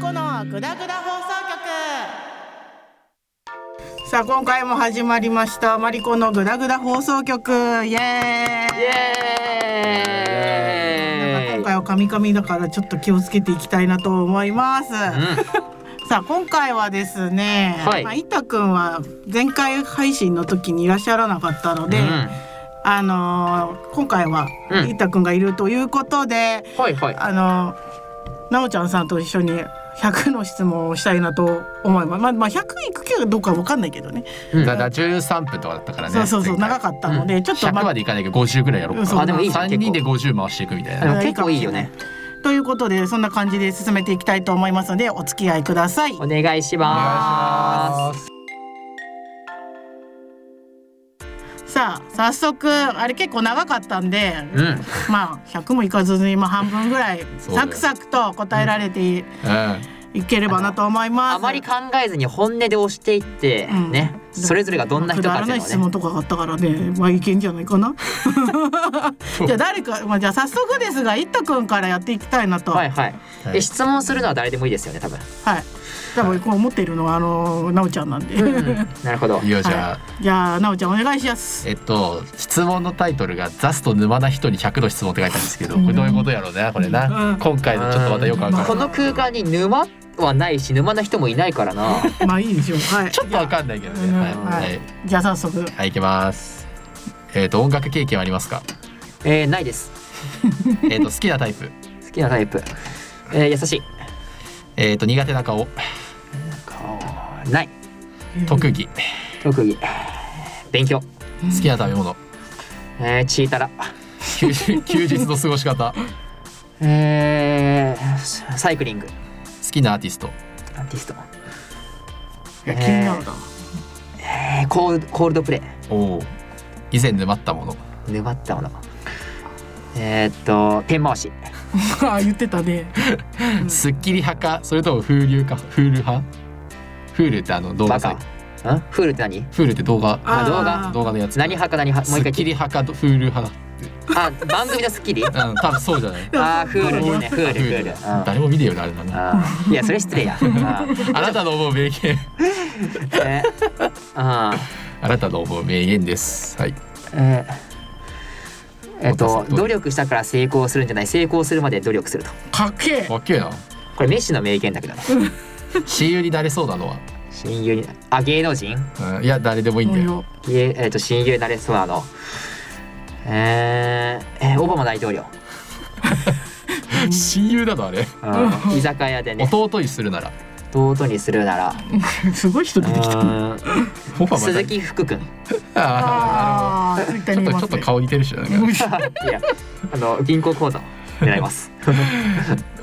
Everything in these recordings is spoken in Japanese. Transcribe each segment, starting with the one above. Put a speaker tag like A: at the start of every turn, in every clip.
A: 子のぐだぐだ放送局
B: さあ今回も始まりましたマリコのグダグダ放送局イエーイなんか今回はカミカミだからちょっと気をつけていきたいなと思います、さあ今回はですね、
C: はい
B: まあ、いたくんは前回配信の時にいらっしゃらなかったので、あのー今回は
C: うん
B: いたくんがいるということで、
C: はいはい。
B: あのなおちゃんさんと一緒に100の質問をしたいなと思います。まあ、まあ、100いくかどうかわかんないけどね。
C: うん
D: だだ13分とかだったからね
B: そうそうそう、
D: 前回
B: 長かったので、ちょっと
D: 100
B: ま
D: までいかないけど50ぐらいやろう
B: うんそう
D: か
C: あでもいいじゃん
D: 3人で50回していくみたい
C: で
D: な
C: も結構いいよね。
B: ということで、そんな感じで進めていきたいと思いますので、お付き合いください。
C: お願いしま
B: さあ、早速、あれ結構長かったんで、
C: す。うん。
B: まあ、100もいかずに、まあ、半分ぐらい、
D: そうだ
B: サ
D: よ
B: クサクと答えられていければなと思います。
C: あまり考えずに本音で押していって
B: うん
C: ね、それぞれがどんな人か
B: くだ
C: っ
B: ら
C: て
B: ない
C: いう
B: 質
C: のを
B: 問と
C: ね。
B: かがあったからね、まあ、いけんじゃないかな。じゃあ、誰か、まあ、じゃあ、早速ですが、いったくんからやっていきたいなと。
C: はいはい。
D: はい
C: え質問するのは誰でもいいですよね多分。
B: はい。多分こう思っているのはあのなおちゃんなんで。
C: なるほど
D: うんい。いよじゃ
B: は
D: あ、
B: い、じゃあなおちゃんお願いします。
D: えっと質問のタイトルが「ザスト沼な人に100の質問」って書いてあるんですけどこれどういうことやろうなこれな、
B: うん
D: 今回のちょっとまたよくわかんな
C: こ
D: い
C: の空間に沼はないし沼な人もいないから な。
B: まあいいでしょう。はい。
D: ちょっとわかんないけど
B: うん
D: ねはい、
B: は
D: はいい
B: じゃあ早速。
D: はい、いきますえっと音楽経験はあり ますか
C: えーないです。
D: えっと好きなタイプ
C: 好きなタイプ。えー優しい。
D: えっと苦手な顔
C: 顔ない。
D: 特技
C: 特技。勉強。
D: 好きな食べ物
C: えー、チータラ。
D: 休日休日の過ごし方好
C: えー、サイクリング。
D: きなアーティスト
C: アーティスト。
B: いや気になるな。
C: えー、コールコールドプレイ。
D: おお以前沼ったもの
C: 沼ったものえー、っとペン回し
B: あ あ言ってたね。
D: スッキリ派かそれとも風流か風流派風流ってあの動
C: バ
D: 画
C: カ
D: さ
C: んフールって何
D: 風流って動画
C: あ動画
D: 動画のやつ
C: 何派か何派も
D: ス
C: う一
D: ッ
C: 回
D: キ
C: 聞
D: リ
C: い
D: 派か風流派
C: あ番組のスッキリあ
D: だうん多分そうじ ゃない
C: ーフールいいねフールフ
D: 風
C: ー
D: 流
C: ル
D: だ
C: あ
D: 誰も見ねえよなあれだな
C: あーいやそれ失礼 やあー
D: あなたの思う名言
C: えー、あ
D: あなたの思う名言ですはい
C: ーえーえーっ
D: ど
C: と
D: うぞ
C: 努力したから成功するんじゃない成功するまで努力すると
B: かっけえ。
D: わっけえな
C: これメッシの名言だけどな
D: 親友になれそうなのは
C: 親友にあ芸能人
D: うんいや誰でもいいんだよ
B: よ。
C: 芸えーっと親友になれそうなのえー、えーオバマ大統領
D: 親友なのあれ
C: うん居酒屋でね
D: 弟にするなら
C: 弟にするなら
B: すごい人出てきた。
C: うん
D: ホファマ
C: 鈴木福君
B: あ
D: あ
B: あツイッタ
D: ー
B: ーに
D: なる
B: 見
D: ほ
B: ま
D: どちょっ
B: す
D: とちょ
B: ね
D: っと。顔似てるしなんか
C: いやあの銀行口座狙いますう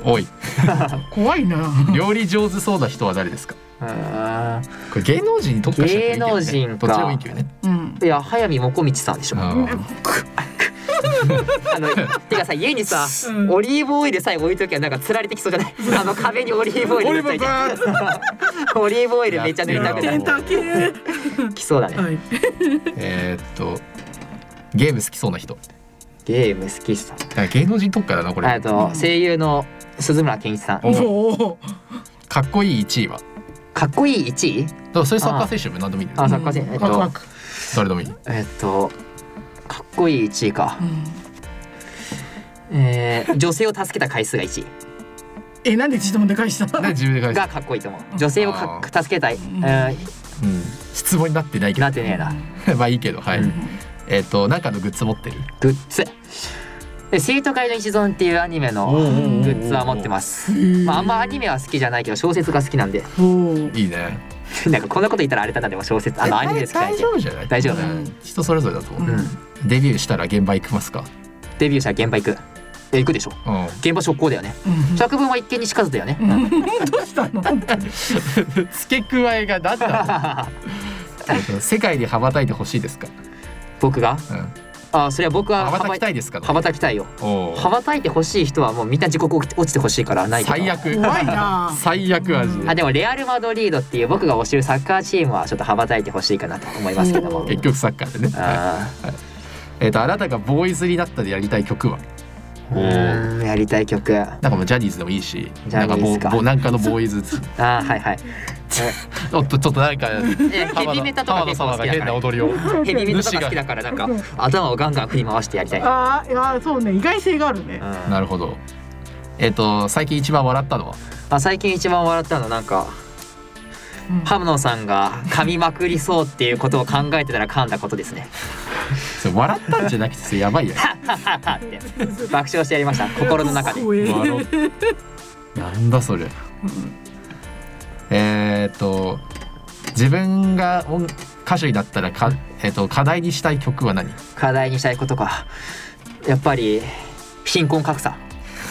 D: おい
B: 怖いな。
D: 料理上手そうな人は誰ですか
C: ーん
D: これ芸能人に特化した人いるけどね
C: 芸能人か
D: どっちでもいいけどね
B: うん。
C: いや早見もこみちさんでしょあ
D: あ
C: のてかさ家にさ
B: うん
C: オリーブオイルさえ置いときゃなんかつられてきそうじゃないあの壁にオリーブオイル塗っといてオリーブオイルめっちゃ塗りたくな
B: 天
C: る
B: 卓系。
C: きそうだね
B: はい。
D: ーえーっとゲーム好きそうな人
C: ゲーム好きさん
D: なんか芸能人特化だなこれ
C: あと声優の鈴村健一さん
D: お
B: おお。
D: かっこいい1位はだ
C: かっこいい1位
D: からそれサッカー選手でも何でもいいんだ
C: あ
D: よ
C: サッカー選手えっ
B: ワクワ
C: と
B: ク。
D: 誰でもいい
C: えっとかっこいい1位か
B: うん
C: えー女性を助けた回数が1位
B: えなんで自動で返した。
D: で自分で返す
C: がかっこいいと思う女性をかっ助けたい、え
D: うん質問になってない
C: ー
D: け
C: なんてねえな
D: ど まあいいけどはい
C: うん
D: えーっとなんかのグッズ持ってる
C: グッズで生徒会の一存っていうアニメの
D: お
C: グ
D: うおうおうおう
C: ッズは持ってます、まあ、あんまアニメは好きじゃないけど小説が好きなんで
B: おお。
D: いいね
C: なんかこんなこと言ったらあれだなでも小説あのアニメで好きなん
D: 大
C: で
D: 丈夫じゃない
C: 大丈夫
D: うん人それぞれだと思
C: う、
D: うんデビューしたら現場行きますか
C: デビューしたら現場行くえ行くでしょ
D: うん
C: 現場職工だよね
B: うん
C: 作文は一見にしかずだよね、うん
B: どうしたの。
D: 付け加えが何 だ世界に羽ばたいてほしいですか、
C: 僕が
D: うん、
C: あそれは僕は
D: 羽ばたきた
C: い
D: いですか
C: 羽ばたきたいよ
D: おう
C: 羽ばたいてほしい人はもうみんな自己落ちてほしいからないけど
D: 最悪
B: 怖いな。
D: 最悪味
C: あでもレアル・マドリードっていう僕が推してるサッカーチームはちょっと羽ばたいてほしいかなと思いますけども
D: 結局サッカーでね
C: あ
D: えっ、とあなたがボーイズになったでやりたい曲は
C: ーうーんややりたい曲
D: なんかもうジャニーズでもいいし
C: ジ
D: な
C: ャ
D: んか
C: ニー
D: ボ
C: ズか
D: ーボーなんかのボーイズ
C: あーはいはい
D: おっとちょっとなんか
C: や ヘビメタとか
D: 浜田
C: 結
D: さん
C: 構好
D: が
C: きだから
D: 変な踊りを
C: ヘビメタとか好きだからなんか頭をガンガン振り回してやりたい、う
B: あーいやそうね意外性があるね
C: ん
D: なるほどえっ、と最近一番笑ったのは
C: あ最近一番笑ったのはなんか、
B: うん
C: ハムノさんが噛みまくりそうっていうことを考えてたら噛んだことですね
D: それ笑ったんじゃなくてそれやばいよ
C: って爆笑してやりました心の中で
B: 怖え
D: 笑うなんだそれえっ、と自分が音歌手になったらか、えー、と課題にしたい曲は何
C: 課題にしたいことかやっぱり貧困格差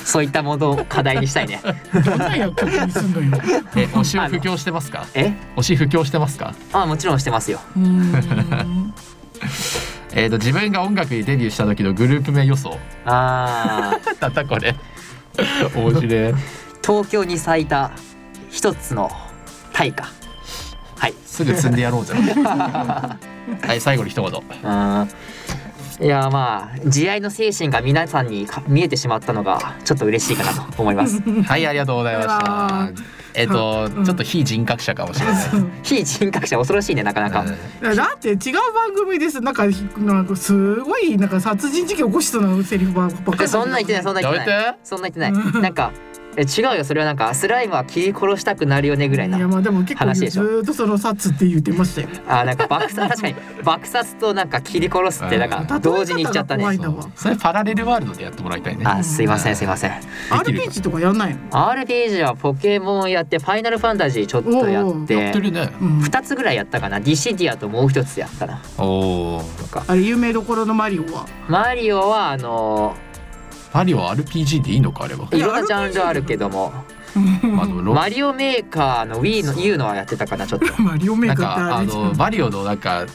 C: そういったものを課題にしたい ね
B: どんな役にすんのよ
D: え推しを布教してますか
C: え
D: 推し布教してますか
C: あもちろんしてますよ
B: うーん
D: えー、と自分が音楽にデビューした時のグループ名予想
C: あー
D: なんだこれ面白い
C: 東京に咲いた一つの大花はい
D: すぐ積んでやろう じゃんはい最後に一言
C: あーいやまあ慈愛の精神が皆さんにか見えてしまったのがちょっと嬉しいかなと思います
D: はいありがとうございましたえっ、と、ちょっと非人格者かもしれない、
C: 非人格者恐ろしいねなかなか、
D: うん
B: だって違う番組ですなんかなんかすごいなんか殺人事件起こしたのセリフばっかり
C: えそんな言ってないそんな言って
D: や
C: な
D: め
C: い
D: て
C: そんな言ってないなんかえ違うよそれはなんかスライムは切り殺したくなるよねぐらいない
B: やまあでも結構
C: 話
B: ず
C: でしょ
B: ーっとその殺って言ってましたよ
C: あなんか爆殺確かに爆殺となんか切り殺すってなんか同時に言っちゃった
B: 例え
C: ね
B: 方が怖いな
D: それパラレルワールドでやってもらいたいね
C: あすいませんすいません
D: できる
B: RPG とかやんないの
C: RPG はポケモンやってファイナルファンタジーちょっとやっ
D: やって
C: て
D: るね
B: うん
C: 2つぐらいやったかなディシディアともう一つやったな
D: おお
B: あれ有名どころのマリオは
C: マリオはあの
D: マリオ RPG でいいのかあれは、
C: いろんなジャンルあるけども
D: まあ、でもロ
C: マリオメーカーの Wii の U のはやってたかなちょっ と
B: マリオメ
D: な
B: ー
D: ん
B: カーって
D: か
B: あ
D: あ
B: れじゃ
D: の
B: ん
D: マリオのなんか
C: うん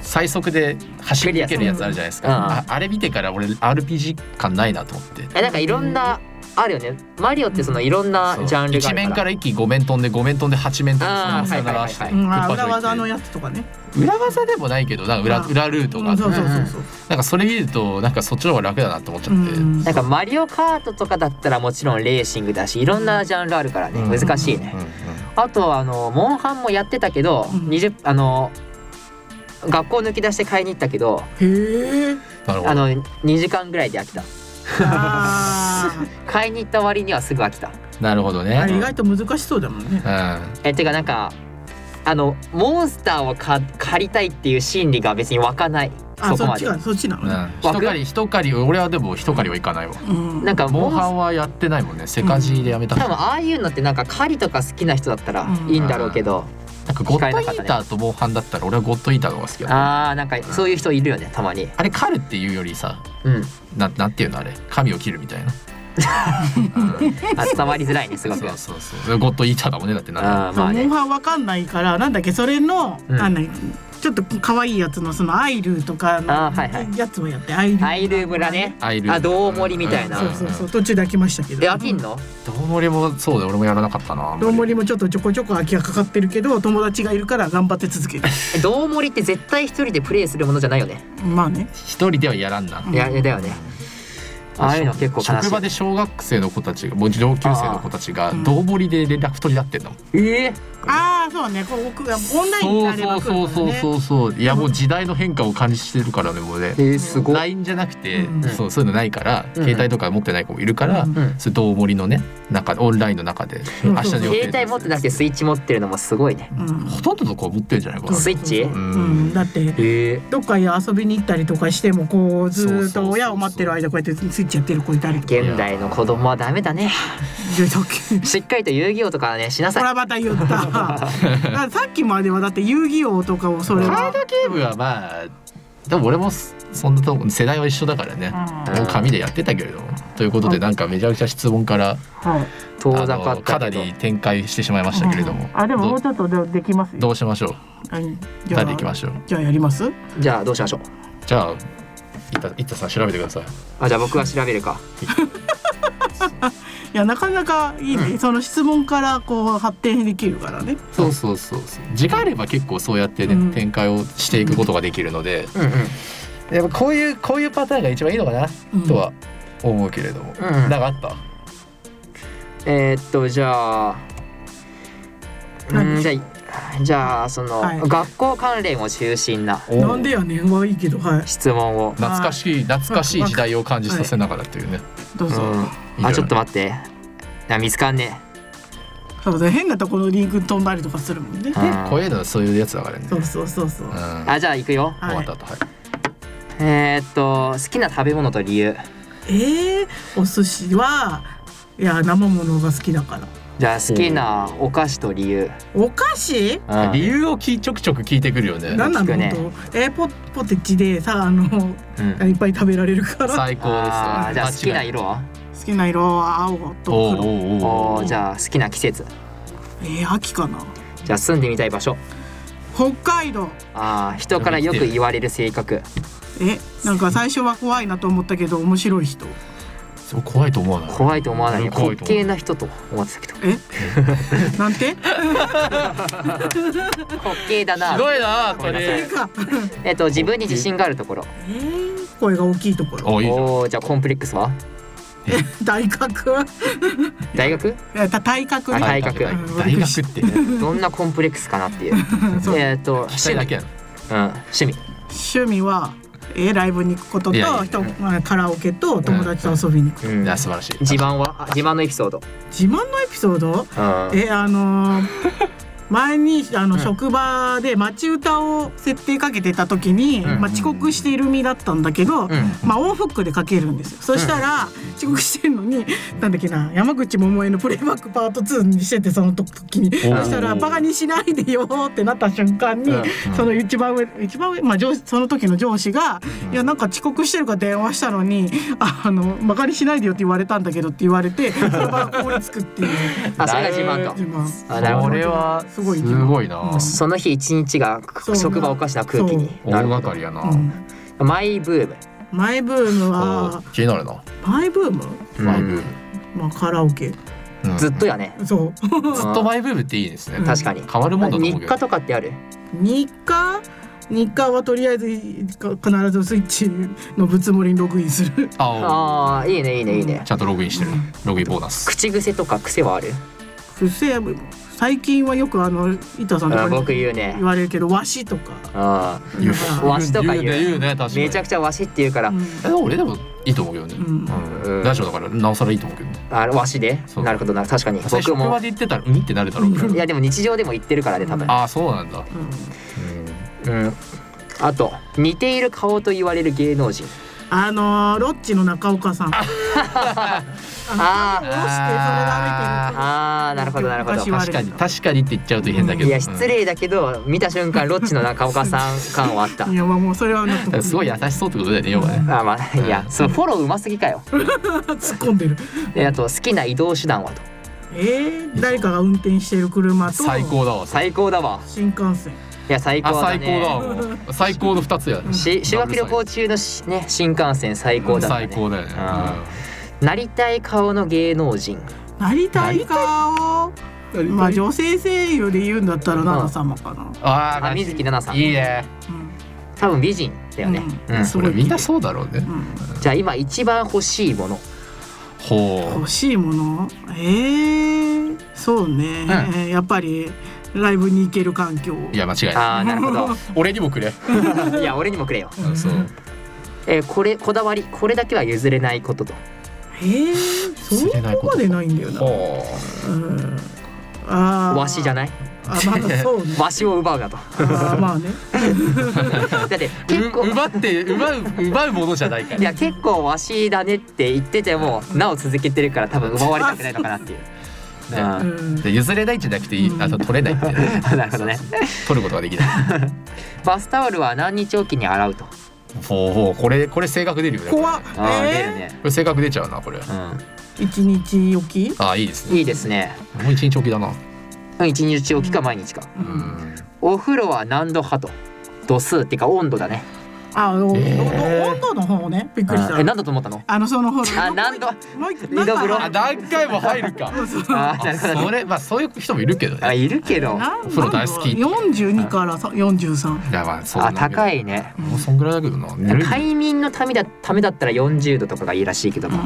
D: 最速で走り抜けるやつあるじゃないですか、
C: うん
D: ああれ見てから俺 RPG 感ないなと思って
C: えなんかいろんなあるよねマリオってそのいろんなジャンルがある
D: 1面
C: か
D: からら一気に5面飛んで5面飛んで8面飛んでそのま
C: あ
D: ま
C: ー
D: さよならして
C: はい
B: うんあ
D: クッパ
B: 裏技の
D: 上行っ
B: やつとかね
D: て裏技でもないけどなんか裏
B: あー
D: 裏ルー
B: う
D: トがあ
B: ん
D: って
B: そうそうそう
D: なんかそれ見るとなんかそっちの方が楽だなと思っちゃ
B: そうう
D: って、
B: ん
C: なんかマリオカートとかだったらもちろんレーシングだしいろんなジャンルあるからね
D: うん
C: 難しいねあとはあのモンハンもやってたけど
B: うん
C: 20あの学校抜き出して買いに行ったけど
B: へえ
D: なるほ
C: あ
D: ど
C: の2時間ぐらいで飽きた
B: あ
C: 買いに行った割にはすぐ飽きた
D: なるほど
B: ーあれ意
D: ね
B: 外と難しそうだもんね
D: うん
C: えてかなんかあのモンスターをか借りたいっていう心理が別に湧かない
B: あ
C: そこ
B: そっ
C: ま
B: ち
C: で
B: がそっちなの
D: う
B: ね
D: ん一狩り一狩り俺はでも一狩りはいかないわ
B: うん
C: なんか
D: モ
C: モ
D: ン
C: ン
D: ハ
C: ハン
D: ンはやってないもんねセカジーでやめた
C: 多
D: し、
C: 分ああいうのってなんか狩りとか好きな人だったらいいんだろうけど、
D: なんかゴッドイーターとモンハンだったら俺はゴッドイーターの方が好きだあ
C: ああなんかそういう人いるよねたまに
D: あれ狩るっていうよりさ
C: うん
D: ななんていうのあれ神を切るみたいなうん
C: あ伝わりづらいねすごく
D: そうそうそうゴッドイーターだもんねだってな
C: あー
B: モ
C: まあ
B: ン
C: ね
B: ハンわかんないからなんだっけそれの、
C: うん
B: あのちょっと可愛いやつのそのアイルーとか
C: あーはいは
B: の
C: い
B: やつをやってアイルー
C: アイルー村ね
D: アイル
C: あどう森みたいな
B: そうそうそう途中で飽きましたけど
C: え飽きんの
D: どうもりもそうで俺もやらなかったな。
B: どんもり
D: も。
B: もちょっとちょこちょこ空きがかかってるけど友達がいるから頑張って続ける
C: えどう森って絶対一人でプレイするものじゃないよね
B: まあね
D: 一人ではやらんな。
C: いやだよねああいうの結構悲し
D: 職
C: い
D: 場で小学生の子たちがもう上級生の子たちがどうもりで連絡取り合ってんの。
C: ええ
B: ああそうねこう奥がオンラインに
D: そ
B: な
D: う
B: れば来る
D: そう
B: か
D: そ
B: ら
D: う
B: ね
D: そうそうそう。いやもう時代の変化を感じてるからねもうね。
C: えー、すごい
D: LINE じゃなくて、
B: うん
D: そうそういうのないから、
C: うん
D: 携帯とか持ってない子もいるから、
C: ん
D: そういうどうもりのね中オンラインの中で、
B: うん
D: 明日の予定
C: 携帯持ってなくてスイッチ持ってるのもすごいね
B: うん
D: ほとんどの子は持ってるんじゃないかな。
C: スイッチ
D: う
B: うんん、だって
C: ええ
B: どっかへ遊びに行ったりとかしてもこうずーっ
D: そうそうそうそう
B: と親を待ってる間こうやってスイッチやってる子いたりとか
C: 現代の子供はダメだね
B: でだっけ
C: しっかりと遊戯王とかはねしな
B: ほ
C: さい
B: らまた言っただ からさっきまではだって遊戯王とかをそれ
D: カ
B: は
D: ードゲームはまあでも俺もそそんなとこ世代は一緒だからね、
C: ん
D: もう紙でやってたけれどもということでなんかめちゃくちゃ質問から
B: はい
C: 遠
D: あ
C: ざか
D: の
C: っ
D: か
C: た
D: な
C: けど
D: り展開してしまいましたけれども、
B: あでももう
D: ど
B: ちょっとでできますよ
D: どうしましょう
B: うんじゃ
D: 誰
B: あ
D: でいきましょう
B: じゃあやります
C: じゃあどうしましょう
D: じゃあいったいったさん調べてください
C: あじゃあ僕は調べるか
B: いやなかなかいいね、その質問からこう発展できるからね
D: そうそうそうそう時間あれば結構そうやってね、
B: うん
D: 展開をしていくことができるので、
C: うんうん
D: やっぱこういうこういうパターンが一番いいのかな、
B: うん
D: とは思うけれども、
C: ん
D: なんかあった
C: えーっとじゃあうん
B: 何
C: じゃあじゃあその、
B: はい
C: 学校関連を中心な
D: お
B: なんでやねんはいいけどはい
C: 質問を、
D: 懐かしい懐かしい時代を感じさせながらっていうね、
B: どう
C: う
B: ぞ、
C: ん
D: いいよ
C: あちょっと待ってあ見つかんね
B: そうだ変なところのリンク飛んだりとかするもんね
C: え、うん
D: こういうのはそういうやつだからね
B: そうそうそうそう
D: うん、終
C: あじゃあ行くよ
B: はい
D: わったとはい
C: えーっと好きな食べ物と理由
B: えー、お寿司はいや生ものが好きだから
C: じゃあ好きなお菓子と理由、
B: お菓子
C: うん
D: 理由をきちょくちょく聞いてくるよね
B: 何な
C: 聞
B: の、
C: くね
B: 本当えー、ポポテチでさあの
C: うん
B: いっぱい食べられるから
D: 最高です
C: あーじゃあ好きな
D: 間違い
C: 色は
B: 好きな色は青
D: お
B: と
D: うお
B: 黒
D: うお
C: お
D: う
C: ーじゃあ好きな季節
B: えー、秋かな
C: じゃあ住んでみたい場所
B: 北海道
C: あー人からよく言われる性格
B: えなんか最初は怖いなと思ったけど面白い人
D: そう怖いと思わない
C: 怖いと思わない
D: うん怖
C: 滑
D: いと思う
C: 稽な人と思ってたけど
B: えなんて
C: 滑稽だ
D: ひ
C: な
D: どいなこ
B: そ
D: れ
B: れか
C: えっと自分に自信があるところ
B: えー、声が大きいところ
D: おいいじゃん
C: おーじゃあコンプレックスは
B: 大学
C: 大 学
B: いやた体格
C: あ
B: ね、
C: 体格
D: 大学って
C: どんなコンプレックスかなっていう
B: そう
C: えっと
D: 聞きたいだけや
C: うん趣味
B: 趣味はえーライブに行くことと
D: いやいやいや
B: 人まあカラオケと友達と遊びに行く、
C: うん
D: なあ素晴らしい
C: 自慢はあ自慢のエピソード
B: 自慢のエピソード
C: うん
B: えあの ー前にあの、職場で町歌を設定かけてた時に、
C: ん
B: まあ、遅刻している身だったんだけど、
C: うん
B: まあ、往復でかけるんですよそしたら、遅刻してるのになんだっけな山口百恵の「プレイバックパート2」にしててその時にそ
D: ー
B: したら「バカにしないでよ」ってなった瞬間に、
D: うんうん
B: その一番上一番上、まあ、上司その時の上司が「いやなんか遅刻してるから電話したのにあのバカにしないでよ」って言われたんだけどって言われてその場が凍りつくっていう
C: あそれが自慢
B: 自
C: と
B: 慢。
C: あなるほ
D: こ
C: ど
D: れは
B: す
D: す
B: ごい
D: ごいな
C: その日一日が
B: そう
C: 職場おかしな空気に
D: 大
C: なるほ
D: 掛
C: ど
D: かりやな
B: うん
C: マイブーム
B: マイブーム
D: お
B: は
D: う気になるな
B: マイブーム、
D: マイブーム
B: まあ、カラオケ
D: うん
C: ずっとやね
B: そう
C: ず
D: ずっとマイブームっていいですね
B: うん
C: 確かに
D: 変わるもんだと思う
C: 日
D: け
C: 課
D: ど
C: とかってある
B: 日課日課はとりあえずか必ずスイッチのぶつもりにログインする
D: あ
C: ああいいねいいねいいね
D: おちゃんとログインしてるログインボーナス
C: 口癖とか癖はある
B: 癖最近はよくあの板さんと
C: あ
B: か
C: ー僕
B: に
C: 言うね
B: 言われるけど和紙とか
C: あ
D: 言う
B: なんか
C: わしとか言う
D: 言ね言うね確か
C: ー
D: に
C: めちゃくちゃわしって言うから、
B: うん
D: え俺でもいいと思うけどね、
B: う
D: うんん大丈夫だからなおさらいいと思うけどね
C: あわしで
D: そう
C: なるほどな確かに
D: 最初
C: 僕
D: 職場
C: も
D: で言ってたらうんってなるだろうけど、
C: いやでも日常でも言ってるからね多分
D: ああそうなんだ、
B: うん
C: うんあと似ている顔と言われる芸能人
B: あのーロッチの中岡さん下ろしてそれ
C: あ
B: で歩いてる
C: ああーなるほどなるほど
B: 昔は
D: 確かに確かにって言っちゃうと変だけど、
C: いや失礼だけど見た瞬間ロッチの中岡さん感はあった
B: いやまあもうそれは納
D: うん
B: 得
D: すごい優しそうってことだよね要はね
C: あまあいやそのフォローうますぎかよ
B: 突っ込んでる
C: であと好きな移動手段はと
B: えー、誰かが運転してる車と
D: 最高だわ
C: 最高だわ
B: 新幹線
C: いや最高
D: あ
C: だ
D: 最高
C: ね
D: だわもう最高の二つやね
C: し修学旅行中のしね新幹線最高だったね
D: 最高だよね、
C: あなりたい顔の芸能人
B: なりたい顔
D: うん
B: まあ女性声優で言うんだったら
C: ん
B: 奈々様かな、
D: あー
C: あ水木奈々さん
D: いいね、
C: 多分美人だよね、うん
D: それみんなそうだろうね、
B: うんうん
C: じゃあ今一番欲しいもの
D: ほ
B: 欲しいものえー、そうね、やっぱりライブに行ける環境
D: ういや間違いない
C: あ あなるほど
D: 俺にもくれ
C: いや俺にもくれよ、
D: うんそう
C: えーこれこだわりこれだけは譲れないことと
B: えー、そ
D: 釣れない
B: こ
D: こと
B: までないんだよな、
D: ほ
B: うん、あー
C: わしじゃない
B: あまだそうね
C: わしを奪うなと
B: あーまあね
C: だって
D: う
C: 結構
D: う奪って奪う奪うものじゃないから
C: いや結構わしだねって言っててもなお続けてるから多分奪われたくないのかなっていう、
D: ね
C: う
B: うんん
D: で譲れないじゃなくていい、
B: うん
D: あと取れないって、ね、
C: なるほどね
D: 取ることができない
C: バスタオルは何日おきに洗うと
D: ほうほうこれこれ性格出るよねこれ
B: 怖っ
D: こ
C: あー出る
B: え
C: ね、
D: れ性格出ちゃうなこれ
B: ー、一日おき
D: ああいいで
C: う
D: す
C: ん、い
D: ね
C: いですね
D: もう一日おきだな
C: うん一日おきか毎日か
D: うん
C: お風呂は何度派と度数っていうか温度だね
B: あの、
D: えー
B: 温度の方ねびっくりし
C: あえ
B: た
C: 何だと思った の
B: あのそのほら
C: あ何度
B: もう一個
C: 二度風呂
D: あ何回も入る か
C: あなるほど
D: それまあそういう人もいるけど
C: あ
D: ね
C: いるけど
D: お風呂大好き
B: 四十二から四十三
D: いやまあそうな
C: あ
D: んだけど
C: 高いね
D: もうそんぐらいだけどなぬるい
C: 快眠のためだためだったら40度とかがいいらしいけども、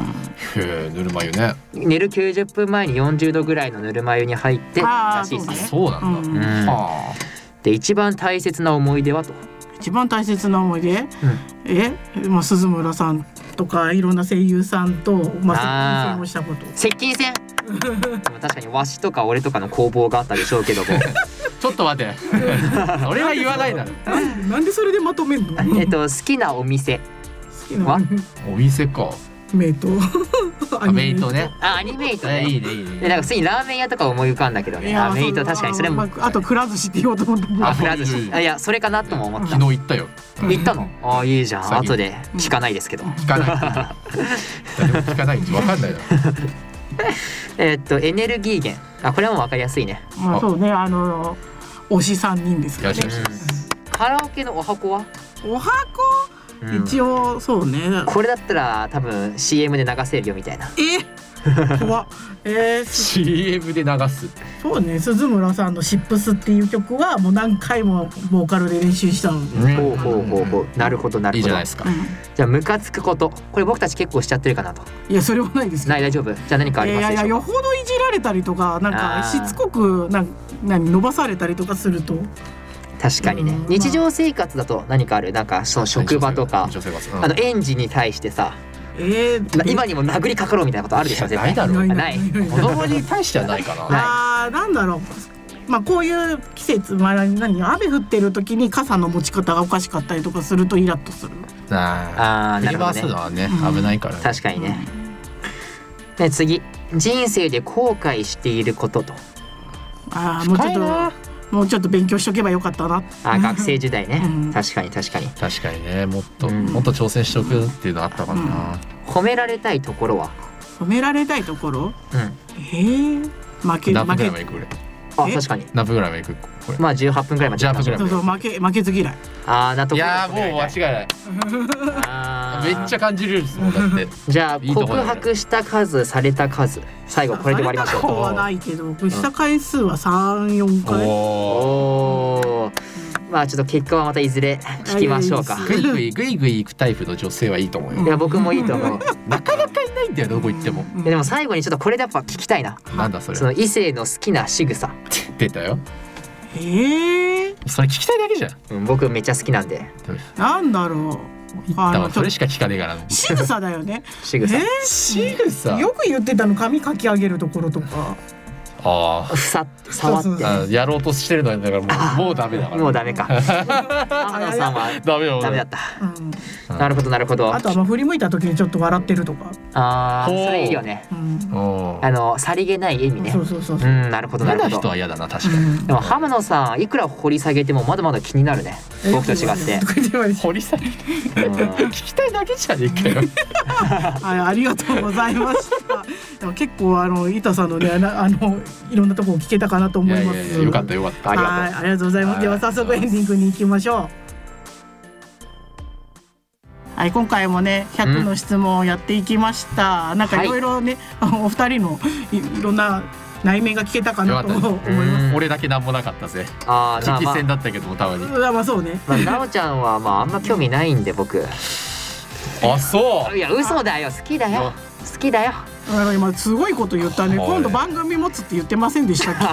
D: へえぬるま湯ね
C: 寝る90分前に40度ぐらいのぬるま湯に入って
B: あー
C: らしいです
B: え
C: ね。
D: そうなんだ、
B: うん
D: は
C: で一番大切な思い出はと。
B: 一番大切な思い出、えまあ鈴村さんとかいろんな声優さんとまあ接
C: あー
B: 近をしたこと
C: 接近戦でも確かにわしとか俺とかの攻防があったでしょうけ ども
D: あちょっと 待って俺が言わないだろ
B: なんなんでそれでまとめんの好
C: えっと好きなお店
B: きな
C: わ
D: お店か
B: メイトア
D: アメイトね
C: あアニメイト
D: え
C: ね
D: いいねいい
C: で
D: ね
C: なんかついラーメン屋とか思い浮かんだけど
B: い
C: ね
B: や
C: アメイト
B: そんな
C: 確かにそれも
B: まああとくら寿司って言おうと思った
C: あくら寿
D: い
C: 司
D: いね
C: あいやそれかなとも思った
D: 昨日行ったよ
C: 行ったのあいいじゃん
D: 最近
C: 後で聞かないですけど
D: 聞かない 誰も聞かないんで分かんないだろ
C: えっとエネルギー源あこれはもう分かりやすいね
B: まあそうねあの推し三人です
D: い
B: か
D: や
B: ら
D: し
B: ね
D: かし
C: カラオケのお箱は、
B: お箱、
C: うん
B: 一応そうね
C: これだったら多分 CM で流せるよみたいな
B: え 怖っえー、す
D: CM で流す
B: そうね鈴村さんの「シップスっていう曲はもう何回もボーカルで練習したので、
D: うん
C: ほうほうほうほうなるほどなるほど
D: いいじゃないですか
B: うん
C: じゃあムカつくことこれ僕たち結構しちゃってるかなと
B: いやそれはないですけど
C: ない大丈夫じゃあ何かありま
B: いや
C: す
B: い
C: で
B: や
C: し
B: よ
C: ょうか
B: ほどいじられたりとかなん
C: あ
B: か
C: ー
B: しつこくなん何伸ばされたりとかすると
C: 確かにね
B: うん
C: 日常生活だと何かあるなんかその職場とか
D: 日常生活うん
C: あの園児に対してさ
B: えー
C: な今にも殴りかかろうみたいなことあるでしょ
D: いや
C: 絶
D: ない
C: 対
D: だろ
C: あ
D: う
C: ない
D: 子供に対してはないか
C: ない
D: な
B: あーなんだろうまあこういう季節、まあ、何雨降ってる時に傘の持ち方がおかしかったりとかするとイラッとする
D: なあ
C: あー
D: 振
C: な
D: り
C: るほ
D: 回す
C: ど
D: の
C: ね
D: はね
B: うん
D: 危ないからね
C: 確かにねで次人生で後悔していることと
B: あーもうちょ
D: 深い
B: っ
D: な
B: ともうちょっと勉強しとけばよかったな
C: あー学生時代ね
B: うん
C: 確かに確かに
D: 確かにねもっと
C: うん
D: もっと挑戦しておくっていうのあったかな
C: 褒められたいところは
B: 褒められたいところ
C: うん
B: えー、負け
D: 何分
B: 負け
D: ぐらいまでいくこれ
C: あ
B: え
C: 確かに
D: 何分ぐらいまでいくこれ
C: まあ18分ぐらいまで行きましょう
D: 18分
B: そうそう負け負けず嫌い
C: ああなと
D: い
C: ころ
D: やーもう間違いないめっちゃ感じるんですもんだって
C: じゃあ
D: いいとこ
C: 告
D: だね
C: 白した数された数最後これで終わりまし
B: された
C: ょ
B: 方はないけどした回数は三四
D: お
B: 回
C: う
D: お
C: おーまあちょっと結果はまたいずれ聞きましょうか
B: はい
D: グイグイグイグイ行くタイプの女性はいいと思うよ
C: いや僕もいいと思う
D: なかなかいないんだよどこ行っても
C: いやでも最後にちょっとこれでやっぱ聞きたいな
D: なんだそれ
C: その異性の好きな仕草
D: 出たよ
B: ええ
D: それ聞きたいだけじゃん
C: うん僕めっちゃ好きなんで
B: なんだろう。
D: だ
B: あ
D: から
B: のちょ
D: そ
B: っ
D: れ
B: と
D: しか聞かねえからな
B: 仕草だよね。
C: 仕
B: え
C: 草
D: 仕草
B: ー、よく言ってたの髪かき上げるところとか。
D: あ
C: ふさって触って
B: そうそう
D: あやろうとしてるのにだからもうもうダメだから
C: もうダメか天野さんは
D: ダメよ
C: ダメだった
B: うん、
C: なるほどなるほど
B: あとはまあ振り向いた時にちょっと笑ってるとか。
C: あー
D: ほう
C: それいいよね
B: うん。
D: うん
C: あのさりげない意味ね
B: そうそうそう
C: う
B: そう。
C: んなるほどな
D: 嫌
C: る
D: な
C: ほ
D: 人
C: ど
D: は嫌だな確
B: う
D: かに
B: ん
C: でも浜野さんいくら掘り下げてもまだまだ気になるね僕と違って
B: とか言って言われて
D: 掘り下げる
C: うん
D: 聞きたいだけじゃねえかよ
B: はい、ありがとうございました。でも結構あの板さんのね、なあのいろんなところ聞けたかなと思
D: いや
B: い
D: い
B: ま
D: やい
B: す。
D: やよかったよかった
C: ありがとう
B: はい、ありがとうございます。では早速エンディングに行きましょう。はい、今回もね、100の質問をやっていきました。なんか
C: はい
B: いろいろね、あのお二人のいいろんな内面が聞けたかなと
D: よかった
B: 思います。
C: うん
D: 俺だけなんもなかったぜ
C: あーな
D: 直
C: あまあ
D: 戦だったけどもたまに
B: うんまあそうね。
C: まあ、なおちゃんはまああんま興味ないんで僕
D: あそう
C: いや嘘だよ好きだよ好きだよ
B: あの今すごいこと言ったね。
D: はい
B: 今度番組持つって言ってませんでしたっ け？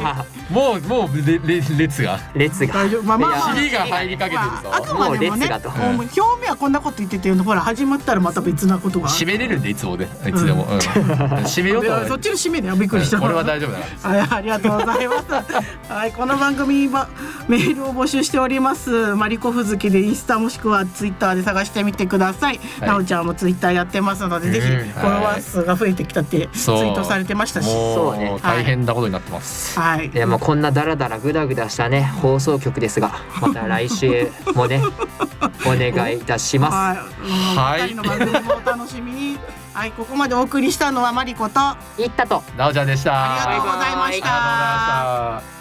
D: もうもうれれ列が
C: 列が
B: 大丈夫。まあまあまあ
D: 尻が入りかけて
B: ま
D: る
B: あ、あ
D: ぞ
B: くまでも
C: もう
B: ね
C: 列がと
B: もう表面はこんなこと言っててほら始まったらまた別なことが
D: 締めれるんでいつもねいつでも、うん締めようと思
B: そっちの締めだよびっくりした、
D: 俺は大丈夫だから
B: はい、ありがとうございます。はい、この番組はメールを募集しております。マリコふずきでインスタもしくはツイッターで探してみてください。
D: はい
B: なおちゃんもツイッターやってますので、ぜひフ
C: うん
B: ォロワー数が増えてきたってツイ
D: そう
B: ートされてましたし。
D: も
C: そう
D: う
C: ね
D: 大変なことになってます、
B: はい。
C: でもこんなダラダラグダグダしたね放送局ですがまた来週も ねお願いいたしま
B: はい、
D: はい
B: うんお二人の番組もお楽しみに。はい、ここまでお送りしたのはマリコと。あ
C: すいったと
D: なおちゃんでした
B: りがとうございました。
D: ありがとうございました